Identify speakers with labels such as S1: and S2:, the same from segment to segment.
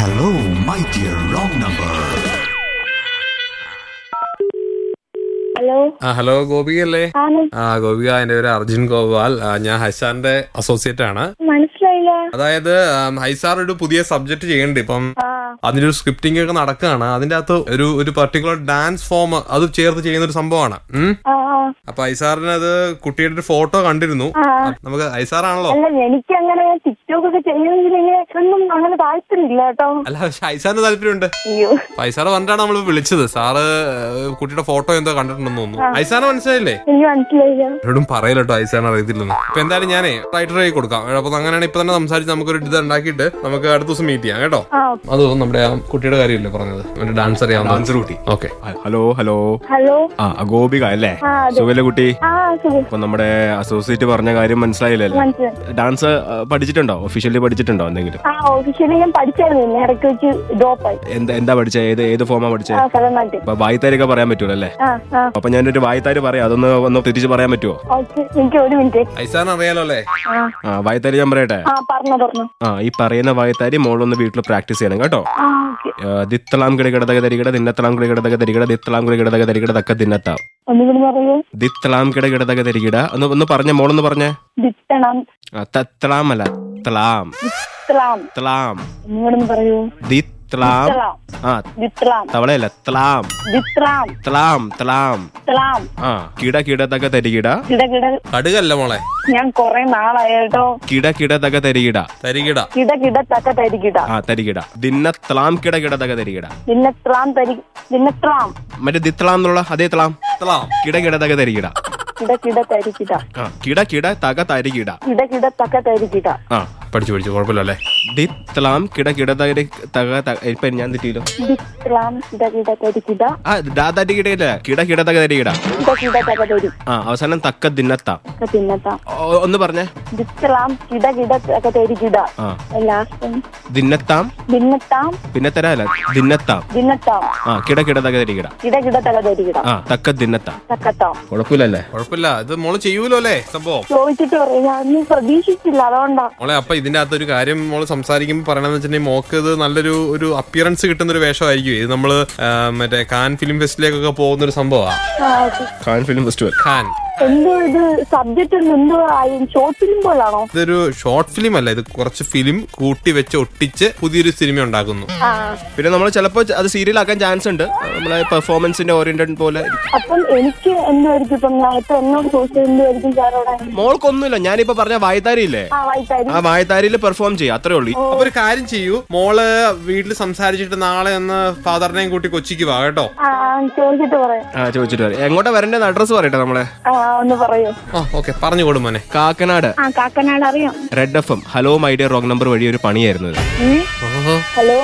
S1: Hello, my dear wrong number.
S2: Hello
S3: ആ hello Gopika അല്ലേ
S2: ആണ്
S3: ആ ഗോപിക എന്റെ പേര് അർജുൻ ഗോപാൽ ആ, ഞാൻ ഹൈസാറിന്റെ അസോസിയേറ്റ് ആണ്
S2: മനസ്സിലായില്ല
S3: അതായത് ആം, ഹൈസാർ ഒരു പുതിയ സബ്ജക്ട് ചെയ്യണ്ട് ഇപ്പം
S2: ആ
S3: അതിന്റെ ഒരു സ്ക്രിപ്റ്റിംഗ് ഒക്കെ നടക്കുകയാണ് അതിന്റെ അകത്ത് ഒരു ഒരു പർട്ടിക്കുലർ ഡാൻസ് ഫോം അത് ചേർത്ത് ചെയ്യുന്ന ഒരു സംഭവമാണ് ഉം.
S2: ആ ആ.
S3: അപ്പൊ ഐസാറിന് അത് കുട്ടിയുടെ ഒരു ഫോട്ടോ കണ്ടിരുന്നു അപ്പൊ നമുക്ക് ഐസാറാണല്ലോ
S2: അല്ല എനിക്ക് അങ്ങനെ ടിക്ടോക്ക് ഒക്കെ ചെയ്യണമെങ്കിൽ ഒന്നും അങ്ങനെ താല്പര്യമില്ല കേട്ടോ
S3: അല്ല പക്ഷെ ഐസാറിന് താല്പര്യമുണ്ട്
S2: അയ്യോ
S3: അപ്പൊ ഐസാറ് പറഞ്ഞിട്ടാണ് നമ്മൾ വിളിച്ചത് സാറ് ഏഹ്, കുട്ടിയുടെ ഫോട്ടോ എന്തോ കണ്ടിട്ടുണ്ടെന്ന് തോന്നുന്നു ഐസാറിന് മനസ്സിലായില്ലേ
S2: എനിക്ക് മനസ്സിലായില്ല
S3: എവിടും പറയലട്ടോ ഐസാൻ അറിയത്തില്ലെന്ന് അപ്പൊ എന്തായാലും ഞാനേ റൈറ്റർ ആയി കൊടുക്കാം അപ്പൊ അങ്ങനെയാണ് ഇപ്പൊ തന്നെ സംസാരിച്ച് നമുക്കൊരു ഇത് ഉണ്ടാക്കിയിട്ട് നമുക്ക് അടുത്ത ദിവസം മീറ്റ് ചെയ്യാം കേട്ടോ
S2: ആ
S3: അത് നമ്മുടെ ആ കുട്ടിയുടെ കാര്യമില്ലേ പറഞ്ഞത് അവന്റെ ഡാൻസ് അറിയാവുന്ന
S4: ഡാൻസർ കുട്ടി
S3: ഓക്കെ
S4: ഹലോ ഹലോ
S2: ഹലോ
S4: ആ അഗോപിക അല്ലേ
S2: ആ, അതെ.
S4: സുഖല്ലേ കുട്ടി
S2: ആ സുഖം
S4: അപ്പൊ നമ്മുടെ അസോസിയേറ്റ് പറഞ്ഞ കാര്യം മനസ്സിലായില്ലല്ലേ
S2: മനസ്സിലായി
S4: ഡാൻസ് ആ, പഠിച്ചിട്ടുണ്ടോ ഒഫീഷ്യലി പഠിച്ചിട്ടുണ്ടോ എന്തെങ്കിലും
S2: ആ ഓഫീഷ്യലി ഞാൻ പഠിച്ചായിരുന്നു പിന്നെ ഇടയ്ക്ക് വെച്ച് ഡ്രോപ്പായി
S4: എന്താ എന്താ പഠിച്ചേ ഏത് ഏത് ഫോമാ പഠിച്ചേ
S2: ആ സ്ഥലമായിട്ട്
S4: അപ്പൊ വായ്ത്താരൊക്കെ പറയാൻ പറ്റൂല അല്ലേ
S2: ആ ആ
S4: അപ്പൊ ഞാനൊരു വായ്ത്താര് പറയാം അതൊന്ന് ഒന്ന് തിരിച്ച് പറയാൻ പറ്റുമോ
S2: ഓക്കെ എനിക്ക് ഒരു മിനിറ്റ്
S3: ഐസാൻ അറിയാലോ അല്ലേ
S2: ആ
S4: ആ വായ്ത്താരി ഞാൻ പറയട്ടെ
S2: ആ പറഞ്ഞു പറഞ്ഞു
S4: ആ ഈ പറയുന്ന വായ്ത്താരി മോളൊന്ന് വീട്ടിൽ പ്രാക്ടീസ് ചെയ്യണം കേട്ടോ
S2: ആ ഓക്കെ
S4: ആ, ദിത്തളാം കിടകിടതക തരികിട ദിന്നത്തളാം കിടകിടതക തരികിട ദിത്തളാം കിടകിടതക തരികിട തക്ക ദിന്നത്താം
S2: ഒന്നുകൂടി പറയൂ
S4: ദിത്തളാം കിടകിടതക തരികിട ഒന്ന് ഒന്ന് പറഞ്ഞ മോളൊന്ന് പറഞ്ഞേ
S2: ദിത്തണം
S4: ആ, തത്തളാം അല്ല തളാം
S2: ദിത്ലാം
S4: തളാം
S2: ഒന്നുകൂടി പറയൂ
S4: ദിത്ലാം
S2: തളാം
S4: ആ
S2: ദിത്ലാം
S4: തവളയല്ല തളാം
S2: ദിത്ലാം
S4: തളാം തളാം
S2: തളാം
S4: ആ കിട കിട തക തരികിട
S2: കിട കിട
S3: കടുകല്ല മോളെ
S2: ഞാൻ കൊറേ നാളായി കേട്ടോ
S4: കിട കിട തക തരികിട
S3: തരികിട
S2: കിട കിട തക്ക തരികിട
S4: ആ തരികിട ദിന്ന തളാം കിട കിട തക തരികിട
S2: ദിന്നത്രാം തരി ദിന്നത്രാം
S4: മറ്റേ ദിത്തളാം എന്നുള്ള അതേ തളാം
S3: തളാം.
S4: കിട കിട തക തരികിട
S2: കിട കിട തരികിട
S4: ആ കിട കിട തക തരികിട
S2: കിട കിട തക്ക തരികിട
S4: ആ
S3: പഠിച്ചു പഠിച്ചു കുഴപ്പമില്ല അല്ലേ
S4: ദിത്തളാം കിട കിട തക തക തക- ഇപ്പൊ ഞാൻ തെറ്റിയില്ലോ
S2: ദിത്രാം കിട കിട തരികിട
S4: ആ ദാ തരികിടയില്ല കിട കിട തക തരികിട
S2: കിട കിട തക്ക തരി
S4: ആ അവസാനം തക്ക ദിന്നത്താം
S2: ഒക്കെ തിന്നത്താം
S4: ഓ- ഒന്ന് പറഞ്ഞേ
S2: ദിത്രാം കിട കിട തക്ക തരികിട
S4: ആ
S2: ലാസ്റ്റ്
S4: ദിന്നത്താം
S2: ദിന്നത്താം
S4: പിന്നെ തരാല്ല ദിന്നത്താം
S2: ദിന്നത്താം
S4: ആ കിട കിട തക തരികിട
S2: കിട കിട തക്ക തരികിട
S4: ആ തക്ക ദിന്നത്താം
S2: തക്കത്താം
S4: കുഴപ്പമില്ലല്ലേ
S3: കുഴപ്പമില്ല ഇത് മോള് ചെയ്യൂലോ അല്ലേ സംഭവം
S2: ചോദിച്ചിട്ട് പറയും ഞാൻ ഒന്നും പ്രതീക്ഷിച്ചില്ല അതുകൊണ്ടാ
S3: മോളെ അപ്പൊ ഇതിന്റെ അകത്ത് ഒരു കാര്യം മോള് സംസാരിക്കുമ്പോൾ പറയണമെന്ന് വെച്ചിട്ടുണ്ടെങ്കിൽ മോക്ക് ഇത് നല്ലൊരു ഒരു അപ്പിയറൻസ് കിട്ടുന്ന ഒരു വേഷമായിരിക്കും ഇത് നമ്മള് ആ, മറ്റേ കാൻ ഫിലിം ഫെസ്റ്റിലേക്കൊക്കെ പോകുന്ന ഒരു സംഭവമാണ്
S2: ആ, okay.
S4: കാൻ ഫിലിം ഫെസ്റ്റിവൽ
S3: ഖാൻ
S2: എന്തോ ഇത് സബ്ജക്റ്റ് എന്തോ ആയി ഷോർട്ട് ഫിലിം പോലാണോ
S3: ഇതൊരു ഷോർട്ട് ഫിലിം അല്ല ഇത് കുറച്ച് ഫിലിം കൂട്ടി വെച്ച് ഒട്ടിച്ച് പുതിയൊരു സിനിമ ഉണ്ടാക്കുന്നു
S2: ആ
S4: പിന്നെ നമ്മൾ ചിലപ്പോൾ അത് സീരിയൽ ആക്കാൻ ചാൻസ് ഉണ്ട് നമ്മളെ പെർഫോമൻസിന്റെ ഓറിയന്റഡ് പോലെ ഇരിക്കും.
S2: അപ്പം എനിക്ക് എന്തായിരിക്കും ഇപ്പം ഞാൻ ഇപ്പൊ എന്നോട് ചോദിച്ചത് എന്തായിരിക്കും സാറോടെ
S4: മോൾക്കൊന്നുമില്ല ഞാനിപ്പോ പറഞ്ഞ വായത്താരി ഇല്ലേ
S2: ആ വായിട്ടായിരുന്നു
S4: ആ വായത്താരിയിൽ പെർഫോം ചെയ്യാം അത്രേ ഉള്ളൂ
S3: അപ്പൊ ഒരു കാര്യം ചെയ്യൂ മോള് വീട്ടിൽ സംസാരിച്ചിട്ട് നാളെ ഒന്ന് ഫാദറിനെയും കൂട്ടി കൊച്ചിക്ക് വാ കേട്ടോ
S2: ആ ചോദിച്ചിട്ട് പറയാം
S4: ആ ചോദിച്ചിട്ട് വരാം എങ്ങോട്ടാ വരേണ്ടത് അഡ്രസ്സ് പറയട്ടെ നമ്മളെ
S2: ആ ഒന്ന് പറയൂ
S3: ആ ഓക്കെ പറഞ്ഞു കൊടു മോനെ
S4: കാക്കനാട്
S2: ആ കാക്കനാട് അറിയാം
S4: red F M hello my dear wrong number വഴി ഒരു പണിയായിരുന്നു ഇത്.
S2: ഉം. Hello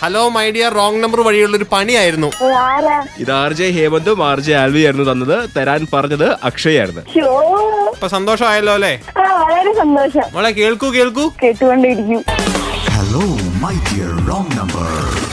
S3: hello my dear wrong number വഴിയുള്ള ഒരു പണിയായിരുന്നു
S2: ഏ, ആരാ
S4: ഇത് ആർ ജെ ഹേമന്തും ആർ ജെ ആൽവി ആയിരുന്നു തന്നത് തരാൻ പറഞ്ഞത് അക്ഷയായിരുന്നു
S2: ഷോ
S3: അപ്പൊ സന്തോഷമായല്ലോ അല്ലേ
S2: ആ വളരെ സന്തോഷം
S3: മോളെ കേൾക്കൂ കേൾക്കൂ
S2: കേട്ടുകൊണ്ടിരിക്കും
S1: Hello, my dear wrong number.